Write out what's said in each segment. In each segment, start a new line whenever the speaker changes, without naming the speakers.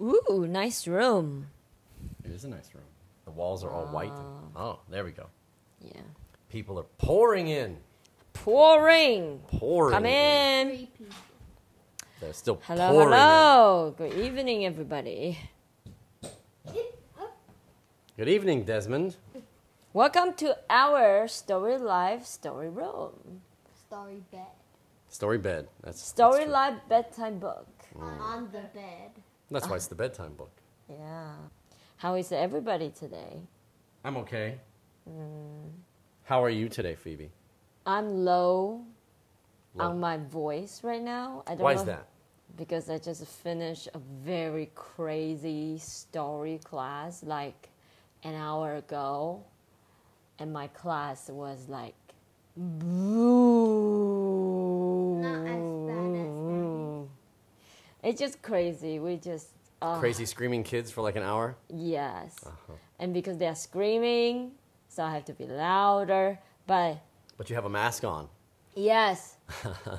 Ooh, nice room.
It is a nice room. The walls are all white. Oh, there we go.
Yeah.
People are pouring in.
Pouring.
Pouring.
Come in.
Three people.
They're still
Hello,
pouring.
hello. Good evening, everybody.
In. Good evening, Desmond.
Welcome to our Story Live Story Room.
Story bed.
Story bed. That's
Story
That's,
Live Bedtime Book.
On the bed.
that's why it's the bedtime book.
Yeah. How is everybody today?
I'm okay.
Mm.
How are you today, Phoebe?
I'm low,
Low.
on my voice right now. I don't
Why
know
is
if-
that?
because I just finished a very crazy story class like an hour ago, and my class was like, boo.
Not as bad as mine.
It's just crazy. We just uh,
Crazy screaming kids for like an hour.
Yes, and because they are screaming, so I have to be louder. But
But you have a mask on,
yes,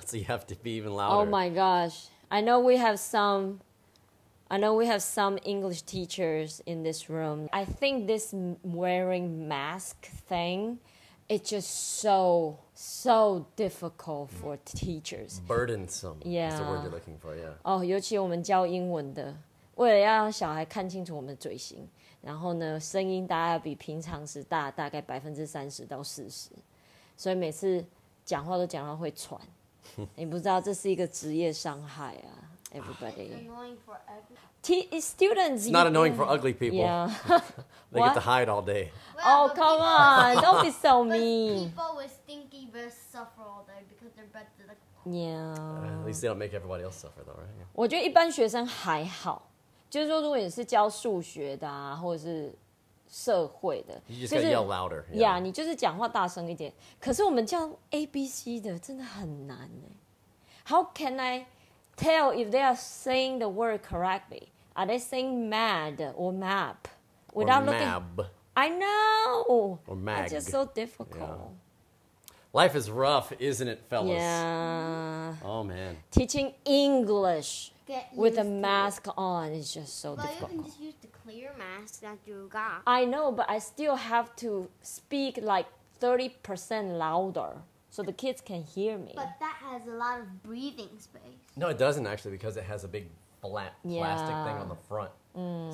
so you have to be even
Oh
louder.
my gosh. I know we have some I know we have some English teachers in this room. I think this m- wearing mask thing it's just so so difficult for teachers.
Burdensome. That's the
Yeah.
word you're looking for. Yeah.
哦，尤其我们教英文的，为了要让小孩看清楚我们的嘴型，然后呢，声音大概要比平常时大大概百分之三十到四十，所以每次讲话都讲到会喘，你不知道这是一个职业伤害啊，everybody。
Annoying for everyone.
T students
It's not annoying for ugly people.
Yeah.
They
What?
get to hide all day.
oh come on, don't be so
But
mean.
people with stinky breasts suffer all day because their breath is like.
Yeah.
At least they don't make everybody else suffer, though, right? Yeah.
我觉得一般学生还好，就是说，如果你是教数学的啊，或者是社会的
You，just
就是
gotta yell louder.
呀你就是讲话大声一点。可是我们教 A、B、C 的真的很难呢。How can I tell if they are saying the word correctly? Are they saying mad or map?
Or
Without looking,
mab.
I know.
Or mag.
It's just so difficult.
Life is rough, isn't it, fellas?
Yeah.
Oh man.
Teaching English
Get
with a
used to it.
mask on is just so
But you
difficult.
can just use the clear mask that you got.
I know, but I still have to speak like 30% louder so the kids can hear me.
But that has a lot of breathing space.
No, it doesn't actually because it has a big flat plastic
Yeah. Mm.
thing on the front.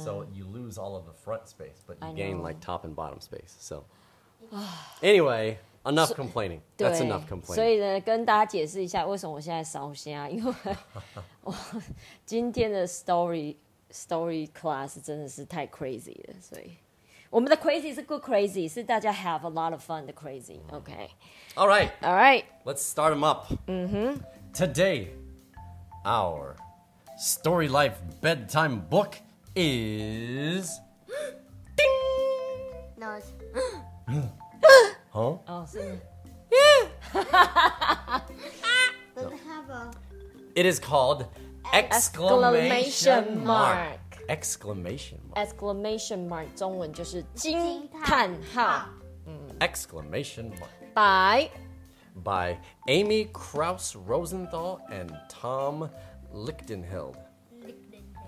So you lose all of the front space, but you
I
gain
know.
like top and bottom space. So anyway, enough complaining.
对
That's enough
所
complaining.
以呢，跟大家解释一下为什么我现在烧 虾，因为我今天的 story story class 真的是太 crazy 了，所以我们的 crazy 是 good crazy，是大家 have a lot of fun 的 crazy。OK，all、
all right,
right，
let's start them up. Mm-hmm. Today, our story life bedtime book is.
No, it's.
Huh?
哦、是你
Does it have a.
It is called exclamation
Exclamation
mark.
mark.
Exclamation mark.
exclamation mark 中文就是惊
惊
叹
叹
号
号，
Exclamation mark.
白
By Amy Krauss Rosenthal and Tom Lichtenheld.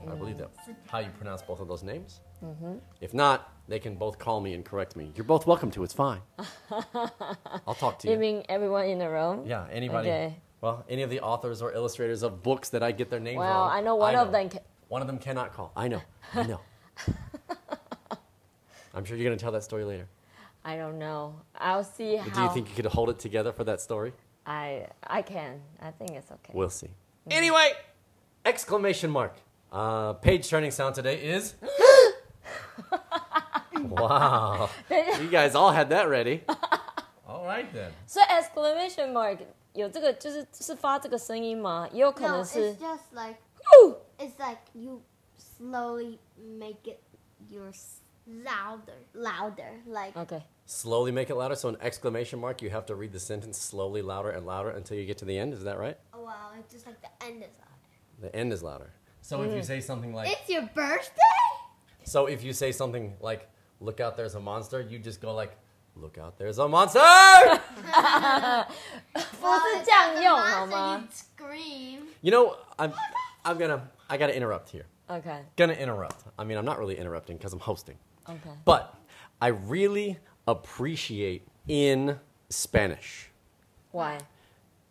I believe that's how you pronounce both of those names.
Mm-hmm.
If not, they can both call me and correct me. You're both welcome to. It's fine. I'll talk to
You
you.
mean everyone in the room?
yeah, anybody.
Okay.
Well, any of the authors or illustrators of books that I get their names
Well,
wrong.
I know one of
know.
them. Can,
One of them cannot call. I know. I know. I'm sure you're going to tell that story later.
I don't know. I'll see
But
how.
do you think you could hold it together for that story?
I I can. I think it's okay.
We'll see. Anyway, exclamation mark. Uh, page turning sound today is. wow. You guys all had that ready. all right then.
所以 exclamation mark 有这个就是是发这个声音吗？也有可
No,
能
it's
是
just like. It's like you slowly make it your s- louder. Louder. Like.
OK
Slowly make it louder. So, an exclamation mark, you have to read the sentence slowly louder and louder until you get to the end. Is that right?
Oh, wow. It's just like the end is louder.
The end is louder. So, if you say something like.
It's your birthday?
So if you say something like "Look out, there's a monster," you just go like "Look out, there's a monster."
是
Well,
这样用好
monster,
吗
you'd scream.
you know, I'm I'm gonna I gotta interrupt here.
Okay.
Gonna interrupt. I mean, I'm not really interrupting because I'm hosting.
Okay.
But I really appreciate in Spanish
Why?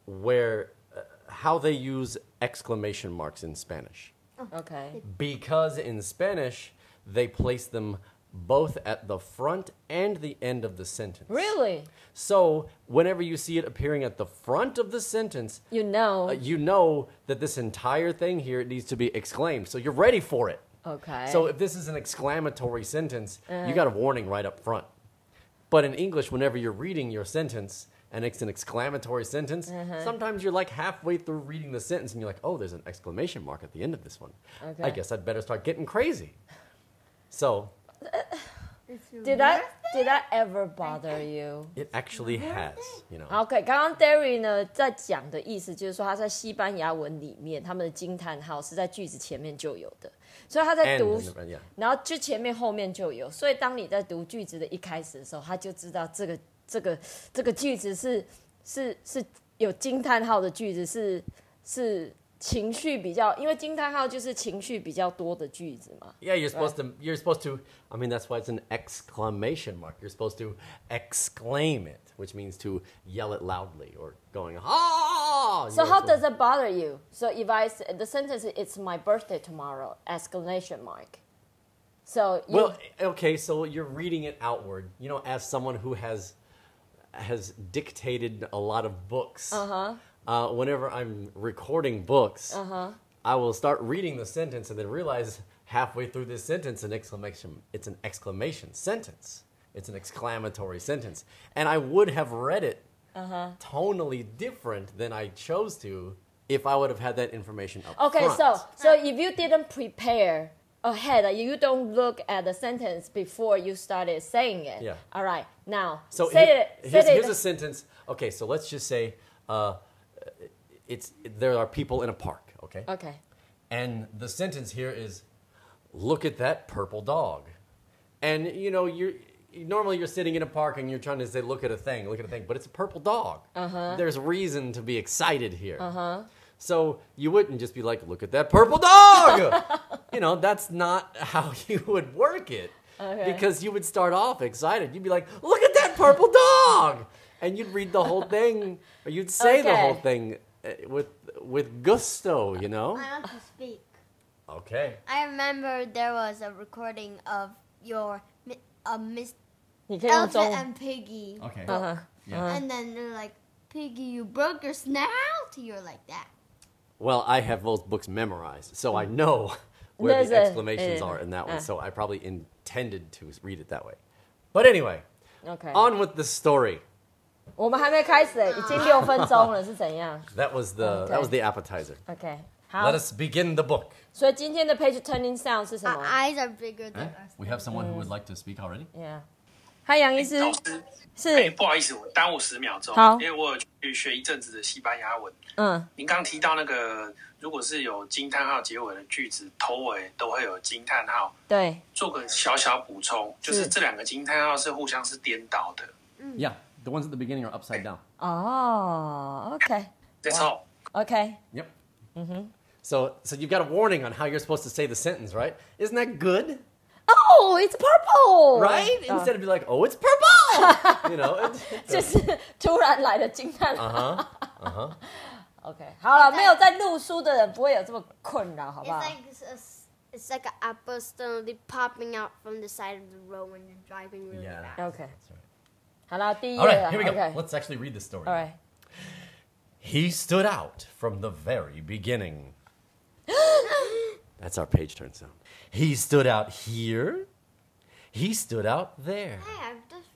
where uh, how they use exclamation marks in Spanish.
Okay.
Because in Spanish, they place them both at the front and the end of the sentence.
Really?
So, whenever you see it appearing at the front of the sentence,
You know.
uh, you know that this entire thing here needs to be exclaimed. So, you're ready for it.
okay.
So if this is an exclamatory sentence, you got a warning right up front. But in English, whenever you're reading your sentence and it's an exclamatory sentence, sometimes you're like halfway through reading the sentence and you're like, oh, there's an exclamation mark at the end of this one. I
Okay.
guess I'd better start getting crazy. So
did I did I ever bother you？
it actually has, you know.
OK，刚刚 Derry 呢在讲的意思就是说，他在西班牙文里面，他们的惊叹号是在句子前面就有的，所以他在
And,
读
and- and- yeah.
然后就前面后面就有，所以当你在读句子的一开始的时候，他就知道这个这个这个句子是是是有惊叹号的句子，是是情绪比较，因为惊叹号就是情绪比较多的句子嘛。
Yeah, you're supposed to. You're supposed to. I mean, that's why it's an exclamation mark. You're supposed to exclaim it, which means to yell it loudly or going ah.
So
you know,
how does it bother you? So if I s- the sentence is, it's my birthday tomorrow exclamation mark. So you,
Well, okay, so you're reading it outward. You know, as someone who has has dictated a lot of books. Uh-huh. whenever I'm recording books, uh-huh. I will start reading the sentence and then realize halfway through this sentence an exclamation it's an exclamation sentence. It's an exclamatory sentence. And I would have read it Uh-huh. tonally different than I chose to if I would have had that information up
okay,
front.
so so if you didn't prepare ahead, like, you don't look at the sentence before you started saying it.
Yeah.
All right. Now
So
say
here-
it.
here's,
say
here's
it.
a sentence. Okay, so let's just say uh, it's there are people in a park. Okay.
okay.
And the sentence here is, "Look at that purple dog," and you know you're. Normally, you're sitting in a park and you're trying to say, "Look at a thing, look at a thing," but it's a purple dog. Uh-huh. There's reason to be excited here. Uh-huh. So you wouldn't just be like, "Look at that purple dog," you know. That's not how you would work it,
Okay.
because you would start off excited. You'd be like, "Look at that purple dog," and you'd read the whole thing, or you'd say the
Okay.
whole thing uh, with with gusto, you know.
I want to speak.
Okay.
I remember there was a recording of your mi- uh, Miss
你可以用中
Elephant and Piggy,
Okay.
Uh-huh.
and then they're like, "Piggy, you broke your snout." You're like that.
Well, I have those books memorized, so I know where
There's
the
a-
exclamations
uh,
are in that one.
uh.
So I probably intended to read it that way. But anyway,
OK，
on with the story.
我们还没开始，已经六分钟了，是 怎样
That was the
Okay.
that was the appetizer.
？OK，好
Let。us begin the book.
所以今天的 page turning sound 是什
Our
么
eyes are bigger than
Eh?
us.
We have someone who would like to speak already.
？Yeah。嗨，杨医师，
老师，哎，
是
不好意思，我耽误十秒钟，
好
因为我有去学一阵子的西班牙文。
嗯
您刚提到那个，如果是有惊叹号结尾的句子，头尾都会有惊叹号。
对。
做个小小补充，就是
是
这两个惊叹号是互相是颠倒的。
Mm.
Yeah, the ones at the beginning are upside down.
哦，OK
That's all。
OK，
Yep. Mm-hmm. So so you've got a warning on how you're supposed to say the sentence, right? Isn't that good?
Oh, it's purple.
Right?
嗯
Instead of be like, oh, it's purple. you know. It,
就是突然来的惊叹。
uh-huh.
OK，好了，没有在录书的人不会有这么困扰，好
It's
不好
like it's, it's- it's like an apple suddenly popping out from the side of the road when you're driving really
Yeah.
fast.
？OK，好了，第一
All
页
right,
了。
here we go.
OK，
Let's actually read the story.
All right，
He stood out from the very beginning. That's our page turn sound. He stood out here. He stood out there.
Hey, I've just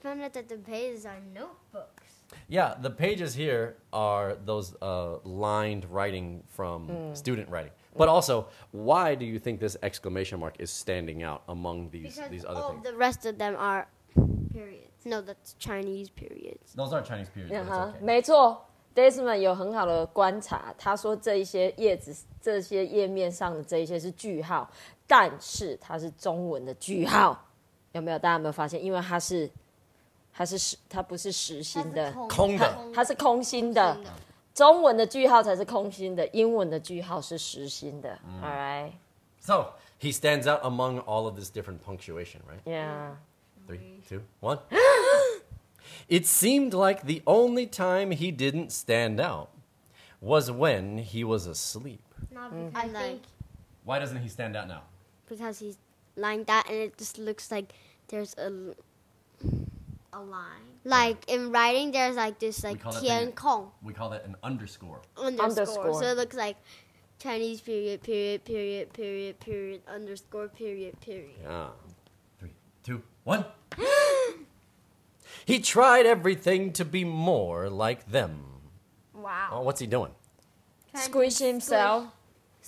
found out that the pages are notebooks.
Yeah, the pages here are those uh, lined writing from student writing. But also, why do you think this exclamation mark is standing out among these
Because
these other
all
things?
the rest of them are periods. No, that's Chinese periods.
Those aren't Chinese periods.
嗯
but it's
哼，
okay.
没错。Desmond 有很好的观察，他说这一些页子、这些页面上的这一些是句号，但是它是中文的句号，有没有？大家有没有发现？因为它是它是实，它不是实心的，
空的
它是空心的
空的。
嗯
中文的句号才是空心的，英文的句号是实心的。All right，
So he stands out among all of this different punctuation, right?
Yeah.
Three, two, one. it seemed like the only time he didn't stand out was when he was asleep.
Not I think
Why doesn't he stand out now?
because he's lying that and it just looks like there's a l-
a line.
like in writing there's like this like
call that thing-
tian kong
We call that an underscore.
underscore.
Underscore.
so it looks like chinese period period period period period underscore period period
Yeah. Three, two, one. he tried everything to be more like them.
Wow.
Oh, what's he doing?
Squish himself.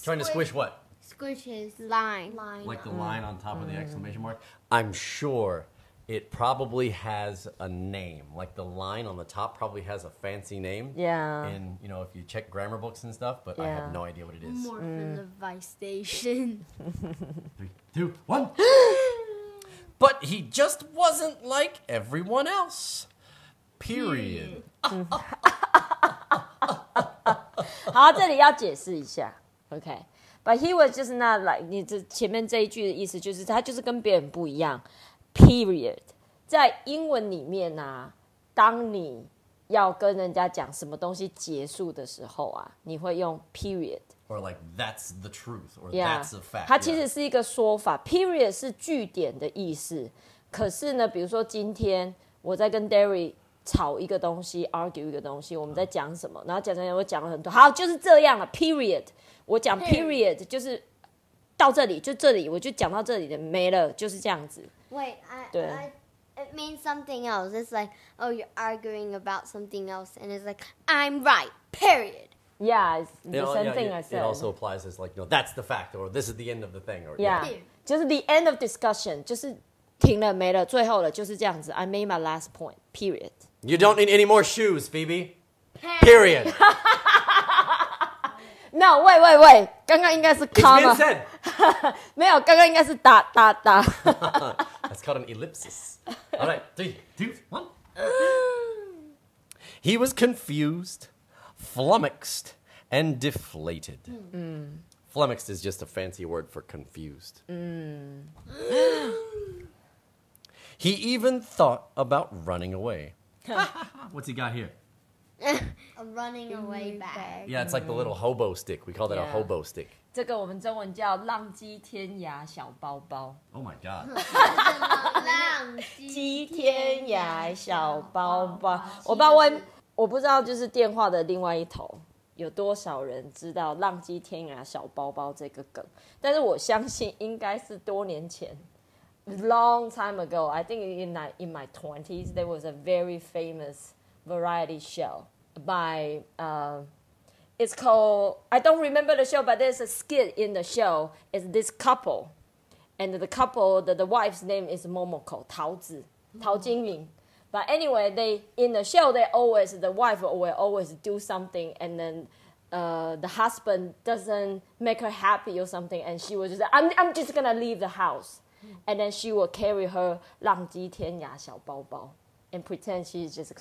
Trying to
Squish.
squish what?
Squish his
line
line.
Like the line on top of the exclamation mark? I'm sure it probably has a name. Like the line on the top probably has a fancy name.
Yeah.
In, you know, if you check grammar books and stuff, but I
Uh-huh. Yeah.
have no idea what it is.
more than the vice station
Three, two, one. but he just wasn't like everyone else. Period.
Hmm. 好，这里要解释一下，OK。But he was just not like 你这前面这一句的意思就是他就是跟别人不一样。Period，在英文里面啊，当你要跟人家讲什么东西结束的时候啊，你会用 period。
Or like that's the truth, or
Yeah，
that's a fact.
它其
Yeah.
实是一个说法，period 是句点的意思。可是呢，比如说今天我在跟 Derry 吵一个东西，argue 一个东西，我们在讲什么，然后讲讲讲，我讲了很多，好，就是这样了，period。我讲 period 就是到这里，就这里，我就讲到这里的，没了，就是这样子。
wait I,
Yeah.
I it means something else it's like oh you're arguing about something else and it's like i'm right period
Yeah, it's
You
the
know,
same
yeah,
thing
it,
I
it also
said.
applies as like, no, that's the fact, or this is the end of the thing, or
Yeah，就是 the end of discussion，就是停了，没了，最后了，就是这样子。I made my last point. Period.
You don't need any more shoes, Phoebe. Period. It's
No，喂喂喂，刚刚应该是 comma
been。said.
没有，刚刚应该是打打打。
That's called an ellipsis. All right, three, two, one. he was confused, flummoxed, and deflated. Flummoxed is just a fancy word for confused. he even thought about running away. What's he got here?
A running away bag.
Yeah, it's like the little hobo stick. We call that a
Yeah.
hobo stick.
这个我们中文叫浪迹天涯小包包，
Oh my god.
Lang.
鸡天涯小包包。我不知道外，我不知道就是电话的另外一头有多少人知道“浪迹天涯小包包”这个梗，但是我相信应该是多年前。Long time ago, I think in my in my twenties, there was a very famous variety show by uh, it's called I don't remember the show, but there's a skit in the show. It's this couple, and the couple, the, the wife's name is Momoko 桃子, Tao Jingming. But anyway, they in the show they always the wife will always do something, and then uh, the husband doesn't make her happy or something, and she was just like, I'm I'm just gonna leave the house, and then she will carry her 浪迹天涯小包包 and pretend she's just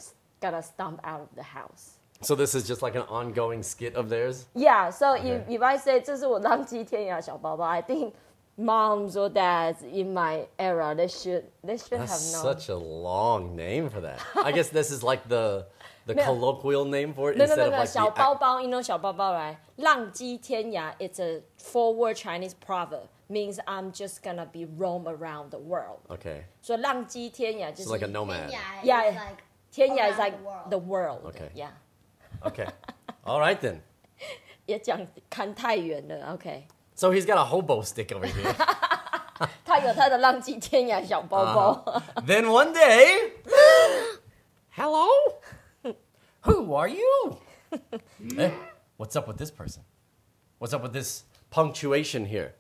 gonna stomp out of the house.
so this is just like an ongoing skit of theirs?
Yeah, so if,
Okay.
if I say 这是我浪迹天涯小包包，I think moms or dads in my era they should they should
That's
have known.
such a long name for that. I guess this is like the the colloquial name for it
no no
instead
no
of
no，
like the
小
ac-
包包，you know 小包包来，浪迹天涯，it's a forward Chinese proverb means I'm just gonna be roam around the world.
Okay,
所以浪迹天涯就
it's
是
like a nomad.
Yeah.
Yeah.
it's Like,
天涯 is
around
like
the
the
world.
world.
Okay.
Yeah，
Okay, all right then.
也讲看太远了，OK。
So he's got a hobo stick over here.
他有他的浪迹天涯小包包。
Uh-huh. then one day, hello, who are you? Eh, what's up with this person? What's up with this punctuation here?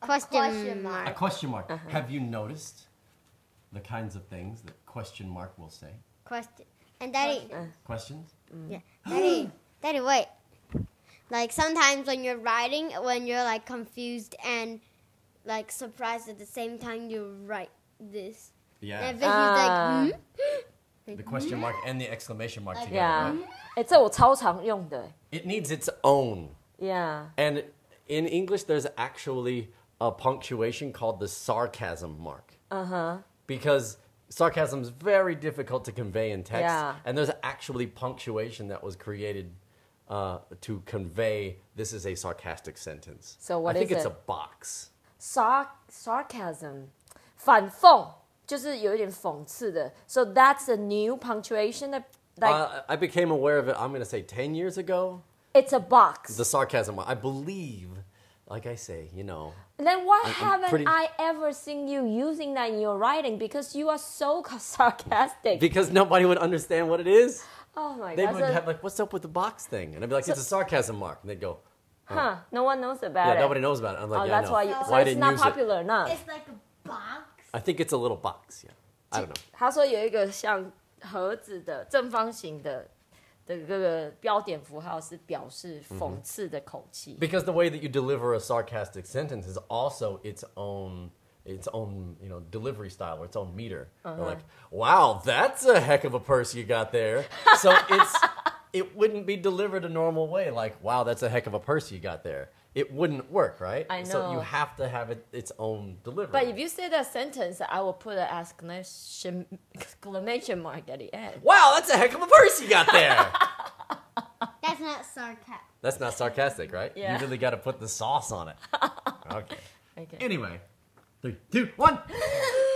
question,
question
mark.
mark.
A question mark.
Uh-huh.
Have you noticed the kinds of things that question mark will say?
question and daddy
Questions?
Yeah. Daddy, Daddy, wait. Like sometimes when you're writing, when you're like confused and like surprised at the same time, you write this.
Yeah.
And Vicky's like, hmm?
The question mark and the exclamation mark together.
Yeah，
right?
嗯
哎、这我超常用的、
It needs its own.
Yeah，
And in English, there's actually a punctuation called the sarcasm mark. Uh
Uh-huh.
huh. Because sarcasm is very difficult to convey in text,
Yeah.
and there's actually punctuation that was created uh, to convey this is a sarcastic sentence.
So what
I think
is
it's
it?
a box.
sar sarcasm 反讽，就是有一点讽刺的。So that's a new punctuation that like
Uh, I became aware of it. I'm going to say ten years ago.
it's a box.
The sarcasm. I believe, like I say, you know,
then why
I'm
haven't
pretty-
I ever seen you using that in your writing? Because you are so sarcastic.
because nobody would understand what it is.
oh my
They
god.
would have like, "What's up with the box thing?" And I'd be like, "It's a sarcasm mark," and they'd go,
huh? No one knows about
"Yeah,
it.
nobody knows about it." I'm like,
Oh,
"Yeah, I
that's
know.
why. You, so
why
it's
didn't
not
use it?"
popular enough.
It's like a box.
I think it's a little box. Yeah, I don't know.
他说有一个像盒子的正方形的的这个标点符号是表示讽刺的口气。
Because the way that you deliver a sarcastic sentence is also its own its own you know delivery style or its own meter. They're
Uh-huh.
like, wow, that's a heck of a purse you got there. So it's it wouldn't be delivered a normal way. Like, wow, that's a heck of a purse you got there. It wouldn't work, right?
I
So you
know.
have to have it its own delivery.
But if you say that sentence, I will put an exclamation, exclamation mark at the end.
wow, that's a heck of a purse you got there.
That's not sarcasm.
that's not sarcastic, right?
Yeah.
You really got to put the sauce on it. Okay.
Okay.
Anyway, three, two, one.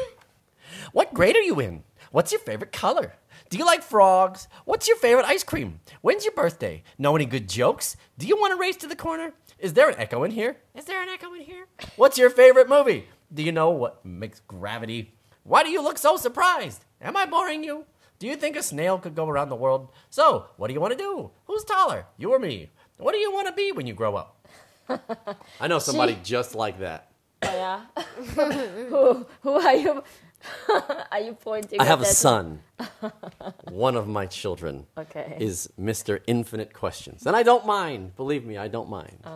what grade are you in? What's your favorite color? Do you like frogs? What's your favorite ice cream? When's your birthday? Know any good jokes? Do you want to race to the corner? Is there an echo in here? Is there an echo in here? What's your favorite movie? Do you know what makes gravity? Why do you look so surprised? Am I boring you? Do you think a snail could go around the world? So, what do you want to do? Who's taller, you or me? What do you want to be when you grow up? I know somebody just like that.
Oh, yeah. who, who are you? are you pointing?
I
at
have a
that-
son. One of my children
Okay.
is Mr. Infinite Questions. And I don't mind. Believe me, I don't mind.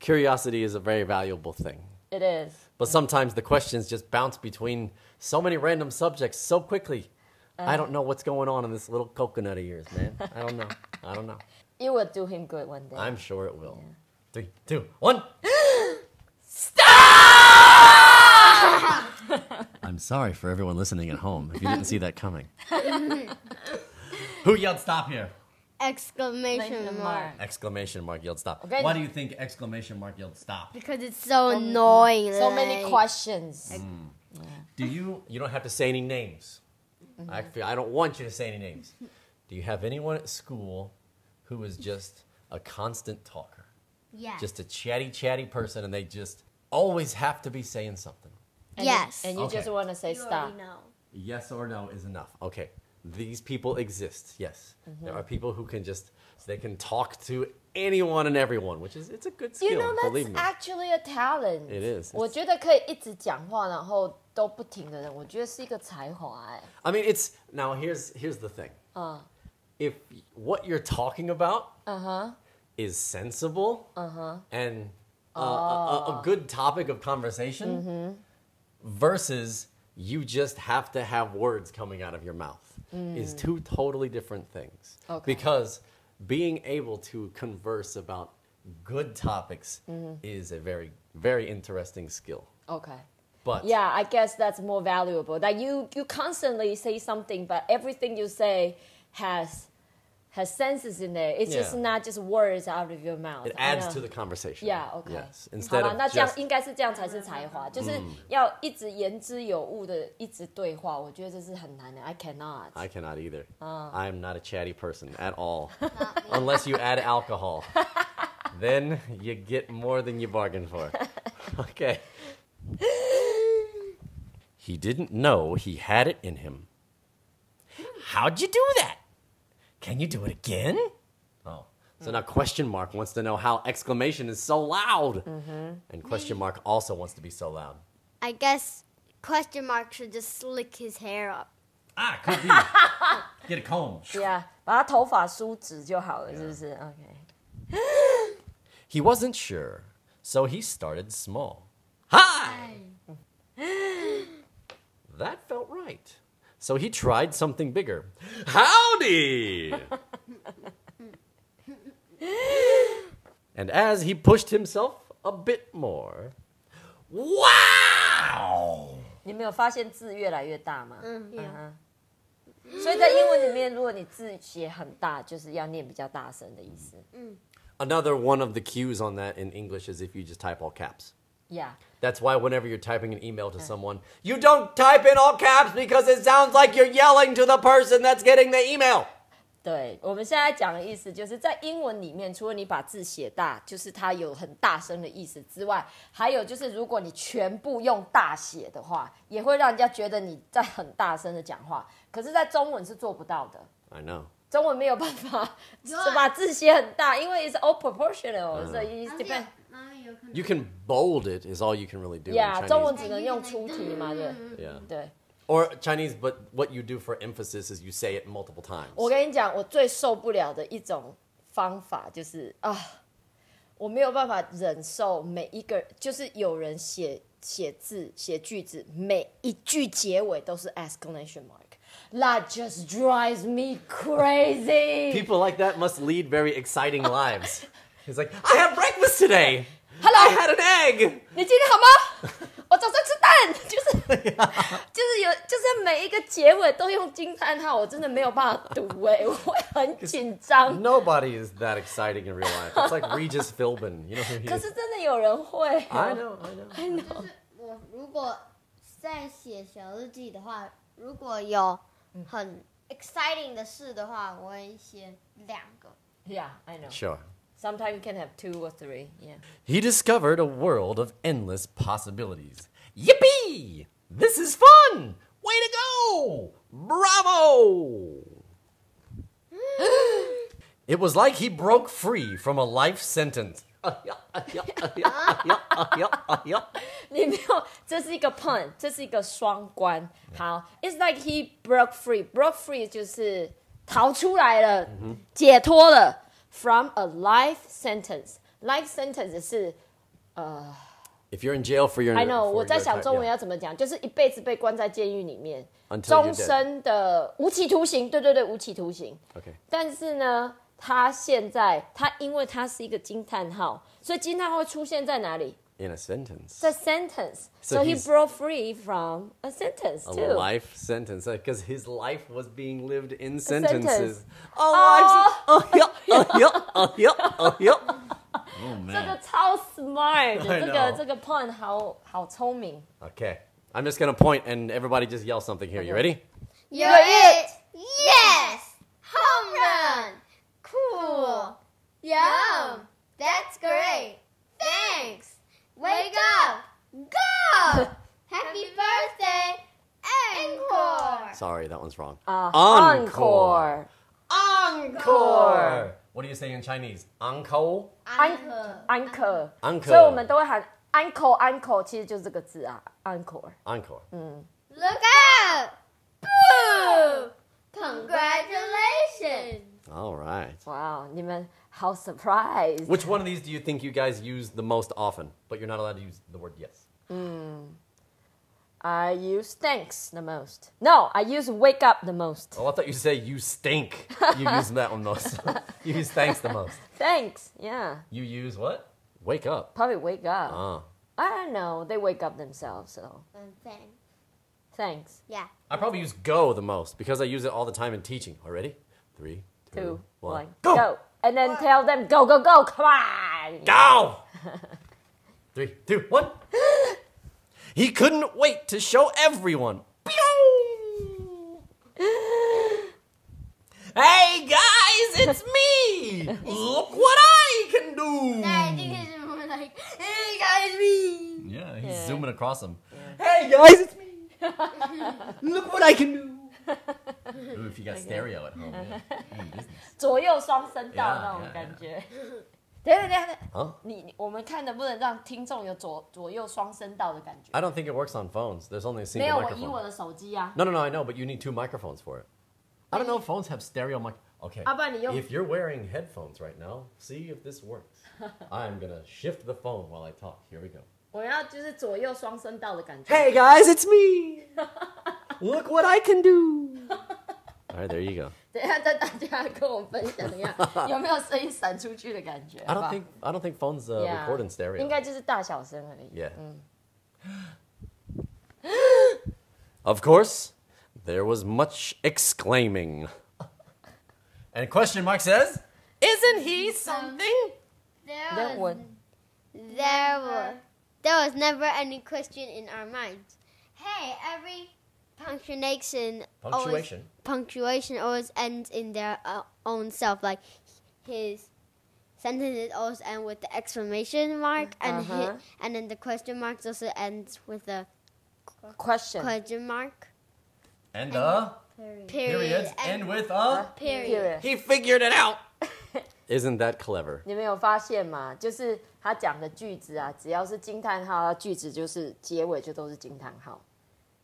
Curiosity is a very valuable thing.
It is.
But sometimes the questions just bounce between so many random subjects so quickly. I don't know what's going on in this little coconut of yours, man. I don't know. I don't know.
You will do him good one day.
I'm sure it will. Three, two, one. I'm sorry for everyone listening at home if you didn't see that coming. Who yelled stop here?
Exclamation mark.
Exclamation mark yelled stop.
Okay.
Why do you think exclamation mark yelled stop?
Because it's so annoying.
So many
like-
questions.
Mm. Do you you don't have to say any names. I feel I don't want you to say any names. Do you have anyone at school who is just a constant talker?
Yeah.
Just a chatty chatty person and they just always have to be saying something.
And you-
Yes.
And you
Okay.
just want to say
you
stop.
already know.
yes or no is enough. Okay. These people exist. Yes.
Mm-hmm.
There are people who can just they can talk to anyone and everyone, which is it's a good skill,
You know that's
believe me.
actually a talent.
It is.
我觉得可以一直讲话，然后都不停的人，我觉得是一个才华哎。
I mean, it's now here's here's the thing.
Uh.
If what you're talking about
嗯哼，
is sensible
Uh-huh.
and uh,
Ah.
a, a- a good topic of conversation
Mm-hmm.
versus you just have to have words coming out of your mouth is two totally different things
Mm. Okay.
because being able to converse about good topics
Mm-hmm.
is a very very interesting skill
OK.
but
Yeah, I guess that's more valuable. That you you constantly say something, but everything you say has has senses in there. It's just
Yeah.
not just words out of your mouth.
it
I
adds
know.
to the conversation
Yeah, OK.
yes
好
instead
吧，那
of
这样
just 嗯
应该是这样才是才华，就是要一直言之有物的一直对话，我觉得这是很难的。I cannot.
I cannot either. I'm not a chatty person at all. Unless you add alcohol. then you get more than you bargained for. Okay. He didn't know he had it in him. How'd you do that? Can you do it again? Oh. So now question mark wants to know how exclamation is so loud. And question mark also wants to be so loud.
I guess question mark should just slick his hair up.
Ah, could be. Get a comb.
Yeah，把他头发梳直就好了，是不是？OK。
He wasn't sure, so he started small. Hi! that felt right. So he tried something bigger. Howdy! and as he pushed himself a bit more, Wow!
你没有发现字越来越大吗？
嗯
嗯哼所以在英文里面，如果你字写很大，就是要念比较大声的意思。
Another one of the cues on that in English is if you just type all caps.
Yeah.
That's why whenever you're typing an email to someone, you don't type in all caps because it sounds like you're yelling to the person that's getting the email.
对，我们现在讲的意思就是在英文里面，除了你把字写大，就是它有很大声的意思之外，还有就是如果你全部用大写的话，也会让人家觉得你在很大声的讲话。可是，在中文是做不到的，
I know.
中文没有办法把字写很大，因为 it's all proportional，所以 it depends。
You can bold it is all you can really do. in
Yeah，
Chinese.
中文只能用粗体嘛，对
Yeah.
对。
Or Chinese, but what you do for emphasis is you say it multiple times.
我跟你讲，我最受不了的一种方法就是啊，我没有办法忍受每一个，就是有人写写字、写句子，每一句结尾都是 exclamation mark。That just drives me crazy.
People like that must lead very exciting lives. It's like, I had breakfast today. I
Hello，
had an egg.
你今天好吗？我早上吃蛋，就是 就是有，就是每一个结尾都用惊叹号，我真的没有办法读哎、我会很紧 张。
Nobody is that exciting in real life. It's like Regis Philbin. You know who he
可
is?
是真的有人会，
I know, I know.
我如果在写小日记的话，如果有很 exciting 的事的话，我会写两个。
Yeah, I know.
Sure.
Sometimes you can have two or three. Yeah.
He discovered a world of endless possibilities. Yippee! This is fun! Way to go! Bravo! it was like he broke free from a life sentence.
你没有，这是一个 pun，这是一个双关。好，It's like he broke free. Broke free 就是逃出来了，解脱了。From a life sentence. Life sentence 是
if you're in jail for your
I know，
for
我在
your
想
time-
中文
yeah.
要怎么讲，就是一辈子被关在监狱里面
Until you're
终
dead
身的无期徒刑。对对对，无期徒刑。
Okay.
但是呢，他现在他因为他是一个惊叹号，所以惊叹号会出现在哪里？
In a sentence.
the sentence. So,
So
he
he's-
broke free from a sentence
A
too.
life sentence, because his life was being lived in
sentence.
sentences. A life. Oh, yeah, oh, yeah, oh, yeah, oh, yeah.
这个超 smart，
I
这个
know
这个 pun 好好聪明。
Okay. I'm just gonna point and everybody just yell something here. You ready?
You're
it.
Yes. Home run. Cool. Yum. That's great. Thanks. Wake up. Go. Happy birthday. Encore.
Sorry, that one's wrong.
啊
Encore
Encore.
What do you say in Chinese? Encore.
Encore，Encore，
Encore
所以我们都会喊 Uncle Uncle，其实就是这个字啊，Encore。
Encore.
Look out. Boo. Congratulations.
All right.
哇哦，你们好 surprise！
Which one of these do you think you guys use the most often? But you're not allowed to use the word yes.
I use thanks the most. No, I use wake up the most.
Oh, I thought you say you stink. You use that one most. you use thanks the most.
Thanks. Yeah,
You use what? Wake up.
probably wake up.
Uh,
I don't know. They wake up themselves. So
Thanks.
thanks.
Yeah.
I probably use go the most because I use it all the time in teaching. Already? Three, two,
two,
one,
one,
go.
go. And then tell them, go, go, go, come on.
Go! Three, two, one. He couldn't wait to show everyone. Pew! Hey guys, it's me! Look what I can do!
it's more like, hey guys, me.
Yeah, he's
Yeah.
zooming across him. Hey guys, it's me! Look what I can do! Ooh, if you got stereo at home. yeah. Mm, business.
左右双声道
Yeah,
那种
yeah,
感觉。等一下等一下等一下，
Huh?
你你我们看能不能让听众有左左右双声道的感觉？
I don't think it works on phones. There's only a
没
single
有，我以
microphone.
我的手机啊。
No, no, no, I know, but you need two microphones for it. I don't know if phones have stereo mic. Okay.
How about you?
If you're wearing headphones right now, see if this works. I'm gonna shift the phone while I talk. Here we go.
我要就是左右双声道的感觉。
Hey guys, it's me. Look what I can do. All right, there you go.
等一下再大家跟我分享一下， 有没有声音闪出去的感觉好
I
不
don't
好
think I don't think phones uh,
Yeah.
record in stereo.
应该就是大小声而已。
Yeah. Mm. Of course, there was much exclaiming. And question mark says,
Isn't he something? That one.
There were there was never any question in our minds. Hey, every punctuation
Punctuation.
always, punctuation always ends in their uh, own self. Like his sentences always end with the exclamation mark, and hi-
Uh-huh.
and then the question marks also ends with a
Question.
question mark.
and the
Period.
periods
and
end with a.
period.
Period.
He figured it out! Isn't that clever?
你们有发现吗？就是他讲的句子啊，只要是惊叹号，他句子就是结尾就都是惊叹号，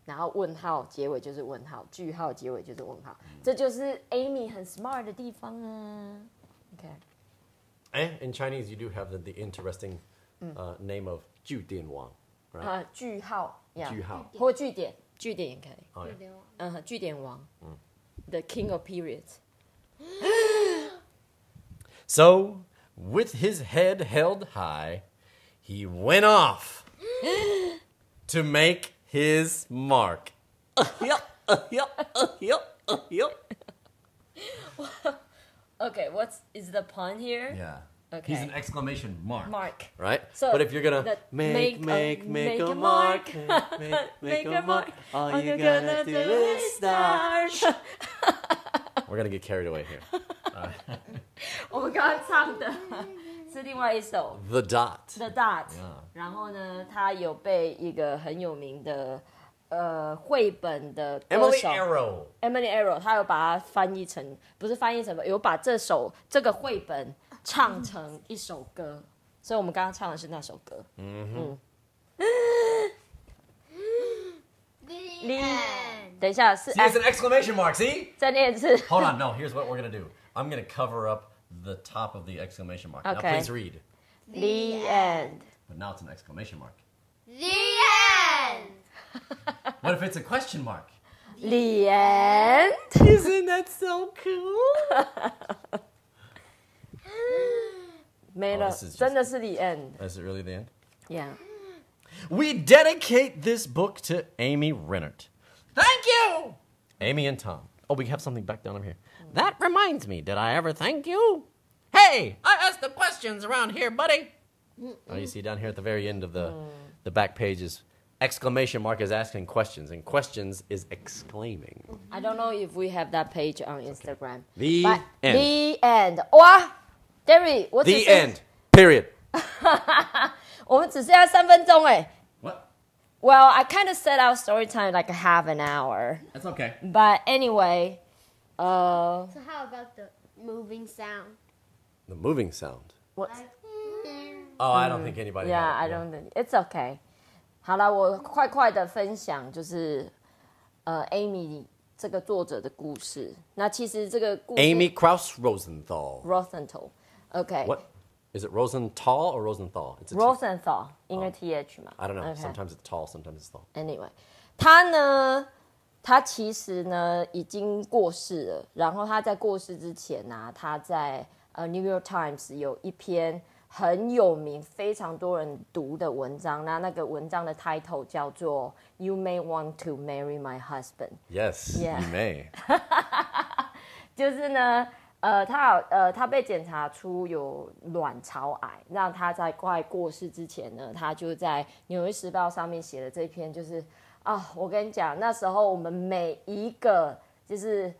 然后问号结尾就是问号，句号结尾就是问号，这就是 Amy 很 smart 的地方啊。OK，
And in Chinese, you do have the, the interesting uh, name of Jiu Dian Wang, right?
啊，句号呀，
句号
或句点，句点也可以。
Oh, yeah.
嗯，据点王，t h e King of Periods。
So, with his head held high, he went off to make his mark. Uh, yup, yup, uh, yup, yup.
Okay, what's is the pun here?
Yeah.
Okay.
He's an exclamation mark.
Mark.
Right?
So,
but if you're gonna
the-
make,
make a-
make, make,
make
a,
a
mark,
mark.
make, make,
Make a
a mark,
mark.
all
All
you
you
gotta
gotta
do
do
is
is
stop. We're gonna get carried away here.
我们刚刚唱的是另外一首
The dot.
The Dot，、
Yeah.
然后呢，他有被一个很有名的呃绘本的歌
Emily
手
Arrow.
Emily Arrow，他有把它翻译成不是翻译成，有把这首这个绘本唱成一首歌，所以我们刚刚唱的是那首歌。
The
Lee-
end.
等一下是
See, it's an exclamation mark, see?
再念一次。
Hold on, no, here's what we're gonna do. I'm gonna cover up the top of the exclamation mark. Now
Okay.
please read.
The end。
But now it's an exclamation mark.
The end.
What if it's a question mark?
The end.
Oh,
Isn't that so cool? 没
Oh,
了
this is just-
真的是 the end。
Is it really the end?
Yeah.
We dedicate this book to Amy Rennert. Thank you! Amy and Tom. Oh, we have something back down over here. That reminds me, did I ever thank you? Hey, I asked the questions around here, buddy. Oh, you see down here at the very end of the, the back page is exclamation mark is asking questions, and questions is exclaiming.
I don't know if we have that page on Instagram.
The
But
end.
The end. 哇，Derry，我只
The
剩
end. Period.
我们只剩下三分钟哎。
What?
Well, I kind of set out story time like a half an hour,
That's okay.
but anyway, uh,
So how about the moving sound?
The moving sound.
what?
Oh, I don't think anybody. had
Yeah, I
it,
don't think it's okay. 好了，我快快的分享就是呃，Amy 这个作者的故事。那其实这个故事
Amy Krauss Rosenthal.
Rosenthal，OK，、
What? Is it Rosenthal or Rosenthal? It's a T.
Rosenthal 应该 TH 嘛
Oh。 I don't know.
OK
Sometimes it's tall, sometimes it's tall.
Anyway，他呢，他其实呢已经过世了。然后他在过世之前呢、他在呃《New York Times》有一篇很有名、非常多人读的文章。那那个文章的 title 叫做《You May Want to Marry My Husband》。
Yes,
Yeah.
you may.
就是呢，呃，他好，呃，他被检查出有卵巢癌，那他在快过世之前呢，他就在《纽约时报》上面写的这篇，就是啊，我跟你讲，那时候我们每一个就是。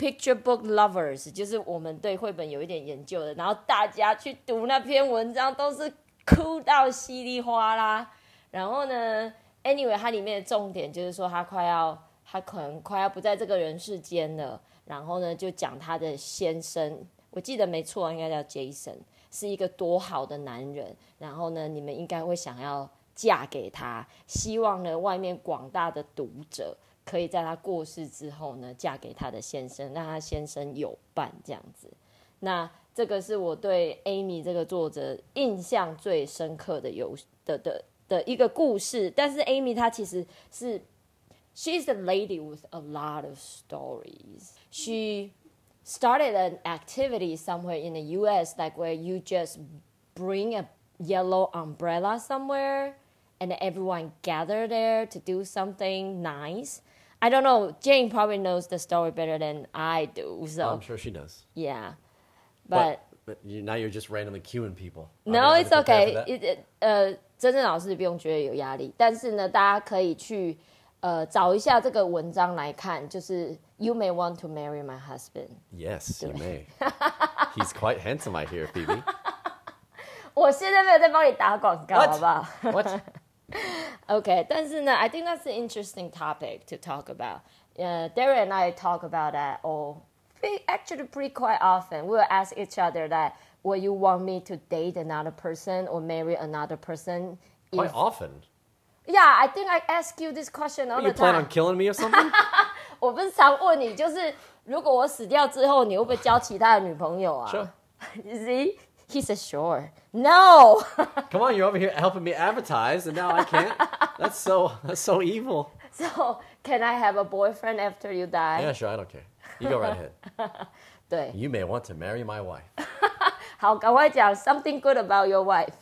Picture book lovers 就是我们对绘本有一点研究的，然后大家去读那篇文章都是哭到稀里哗啦。然后呢，anyway，它里面的重点就是说他快要，他可能快要不在这个人世间了。然后呢，就讲他的先生，我记得没错，应该叫 Jason，是一个多好的男人。然后呢，你们应该会想要嫁给他，希望呢外面广大的读者可以在他过世之后呢嫁给他的先生，让他先生有伴这样子。那这个是我对 Amy 这个作者印象最深刻的游的的的一个故事。但是 Amy 她其实是 she's a lady with a lot of stories. She started an activity somewhere in the U.S. like where you just bring a yellow umbrella somewhere and everyone gather there to do something nice. I don't know. Jane probably knows the story better than I do. So
I'm sure she does.
yeah, but,
but you, now you're just randomly cueing people.
no,
Are they- are
it's
they prepared
okay.
for that?
It, it, 呃，真正老师不用觉得有压力，但是呢，大家可以去呃找一下这个文章来看，就是 You may want to marry my husband。
Yes, you may. He's quite handsome, I hear, Phoebe.
我现在没有在帮你打广告
What？
好不好
What?
？OK，但是呢，I think that's an interesting topic to talk about. 呃、d a r r y and I talk about that all pretty, actually pretty quite often. We'll ask each other that, "Would you want me to date another person or marry another person?"
Quite
if-
often.
Yeah, I think I ask you this question all
You
the
plan on
time.
killing me or something?
我不是常问你，就是如果我死掉之后，你会不会交其他的女朋友啊
sure.
You see, he said sure. No.
Come on, you're over here helping me advertise, and now I can't. That's so that's so evil.
so can I have a boyfriend after you die?
Yeah, sure, I don't care. You go right ahead.
对，
You may want to marry my wife.
好，赶快讲 something good about your wife。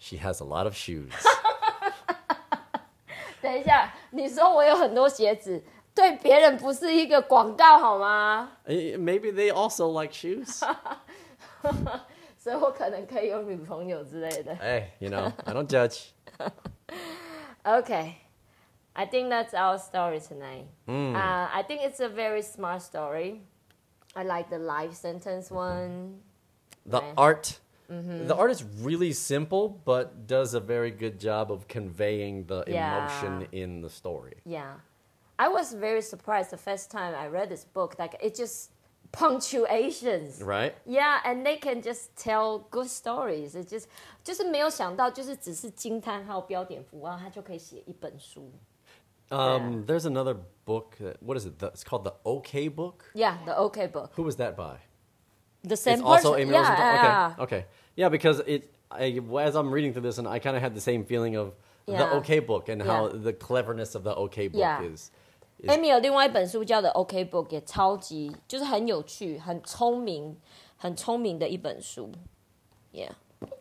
She has a lot of shoes.
等一下，你说我有很多鞋子，对别人不是一个广告好吗？
Eh, Maybe they also like shoes.
所以我可能可以有女朋友之类的。
Hey, you know, I don't judge.
Okay. I think that's our story tonight.
Hmm.
Uh, I think it's a very smart story. I like the life sentence one.
The
Okay.
art
Mm-hmm.
the art is really simple but does a very good job of conveying the emotion in the story.
Yeah. I was very surprised the first time I read this book. Like, it just punctuations.
Right?
Yeah, and they can just tell good stories. It just 就是没有想到，就是只是惊叹号标点符号，它就可以写一本书。
Um, There's another book. That, what is it? The, it's called the OK Book.
Yeah, the OK book.
Who was that by?
The same
it's also
person.
Amy
yeah,
Rosenthal.
yeah, yeah.
Okay, okay, yeah, because it. I, as I'm reading through this, and I kind of had the same feeling of the
Yeah.
OK Book and how
Yeah.
the cleverness of the OK Book
Yeah.
is.
Amy 有另外一本书叫《The OK Book》，也超级就是很有趣、很聪明、很聪明的一本书。Yeah.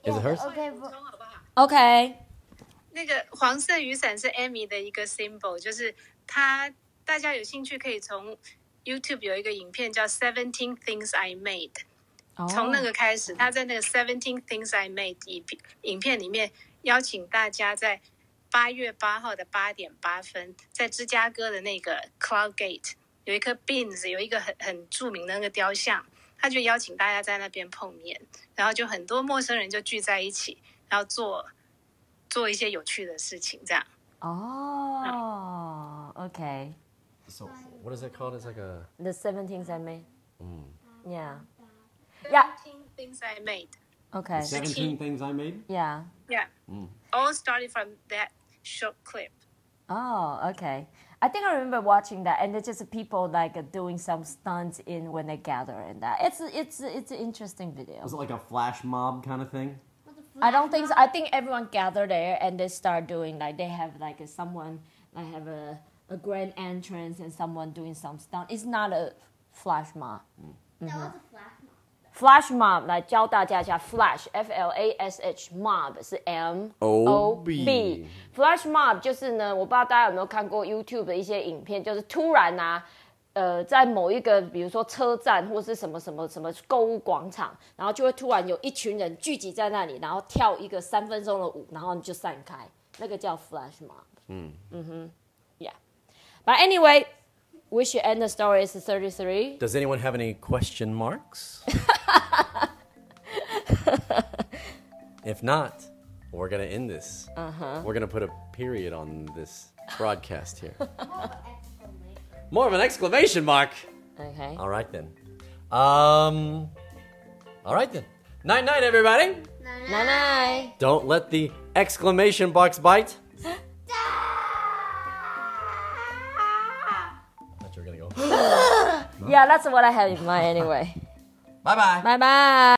Is it hers?
Okay,
补充好不好？
OK.
那个黄色雨伞是 Amy 的一个 symbol，就是她，大家有兴趣可以从 YouTube 有一个影片叫《Seventeen Things I Made》，从那个开始，她在那个《Seventeen Things I Made》影片影片里面邀请大家在八月八号的八点八分，在芝加哥的那个 Cloud Gate 有一颗 Beans，有一个很很著名的那个雕像，他就邀请大家在那边碰面，然后就很多陌生人就聚在一起，然后做做一些有趣的事情，这样。
哦、o k
So what is it called? It's like a mm,
The Seventeen I Made.
嗯
Yeah. Yeah.
Seventeen things I made.
OK.
Seventeen
things I made.
Yeah.
Yeah. All started from that short clip.
Oh, okay. I think I remember watching that, and it's just people like doing some stunts in when they gather and that. It's it's it's an interesting video.
it like a flash mob kind of thing?
I don't think so. I think everyone gather there and they start doing like they have like a, someone like have a a grand entrance and someone doing some stunt. It's not a flash mob.
That was a flash mob.
Flash mob 来教大家一下，flash f l a s h mob 是 m
O
o
B
b flash mob 就是呢，我不知道大家有没有看过 YouTube 的一些影片，就是突然啊，呃，在某一个比如说车站或是什么什么什么购物广场，然后就会突然有一群人聚集在那里，然后跳一个三分钟的舞，然后你就散开，那个叫 flash mob。嗯嗯哼，Yeah，but anyway。We should end the story is 33.
Does anyone have any question marks? if not, we're gonna end this. Uh-huh. We're gonna put a period on this broadcast here. More of an exclamation mark.
Okay.
All right then. Um. All right then. Night night, everybody.
Night night.
Don't let the exclamation box bite. I thought you were gonna go.
Yeah, that's what I had in mind anyway.
bye bye.
bye bye.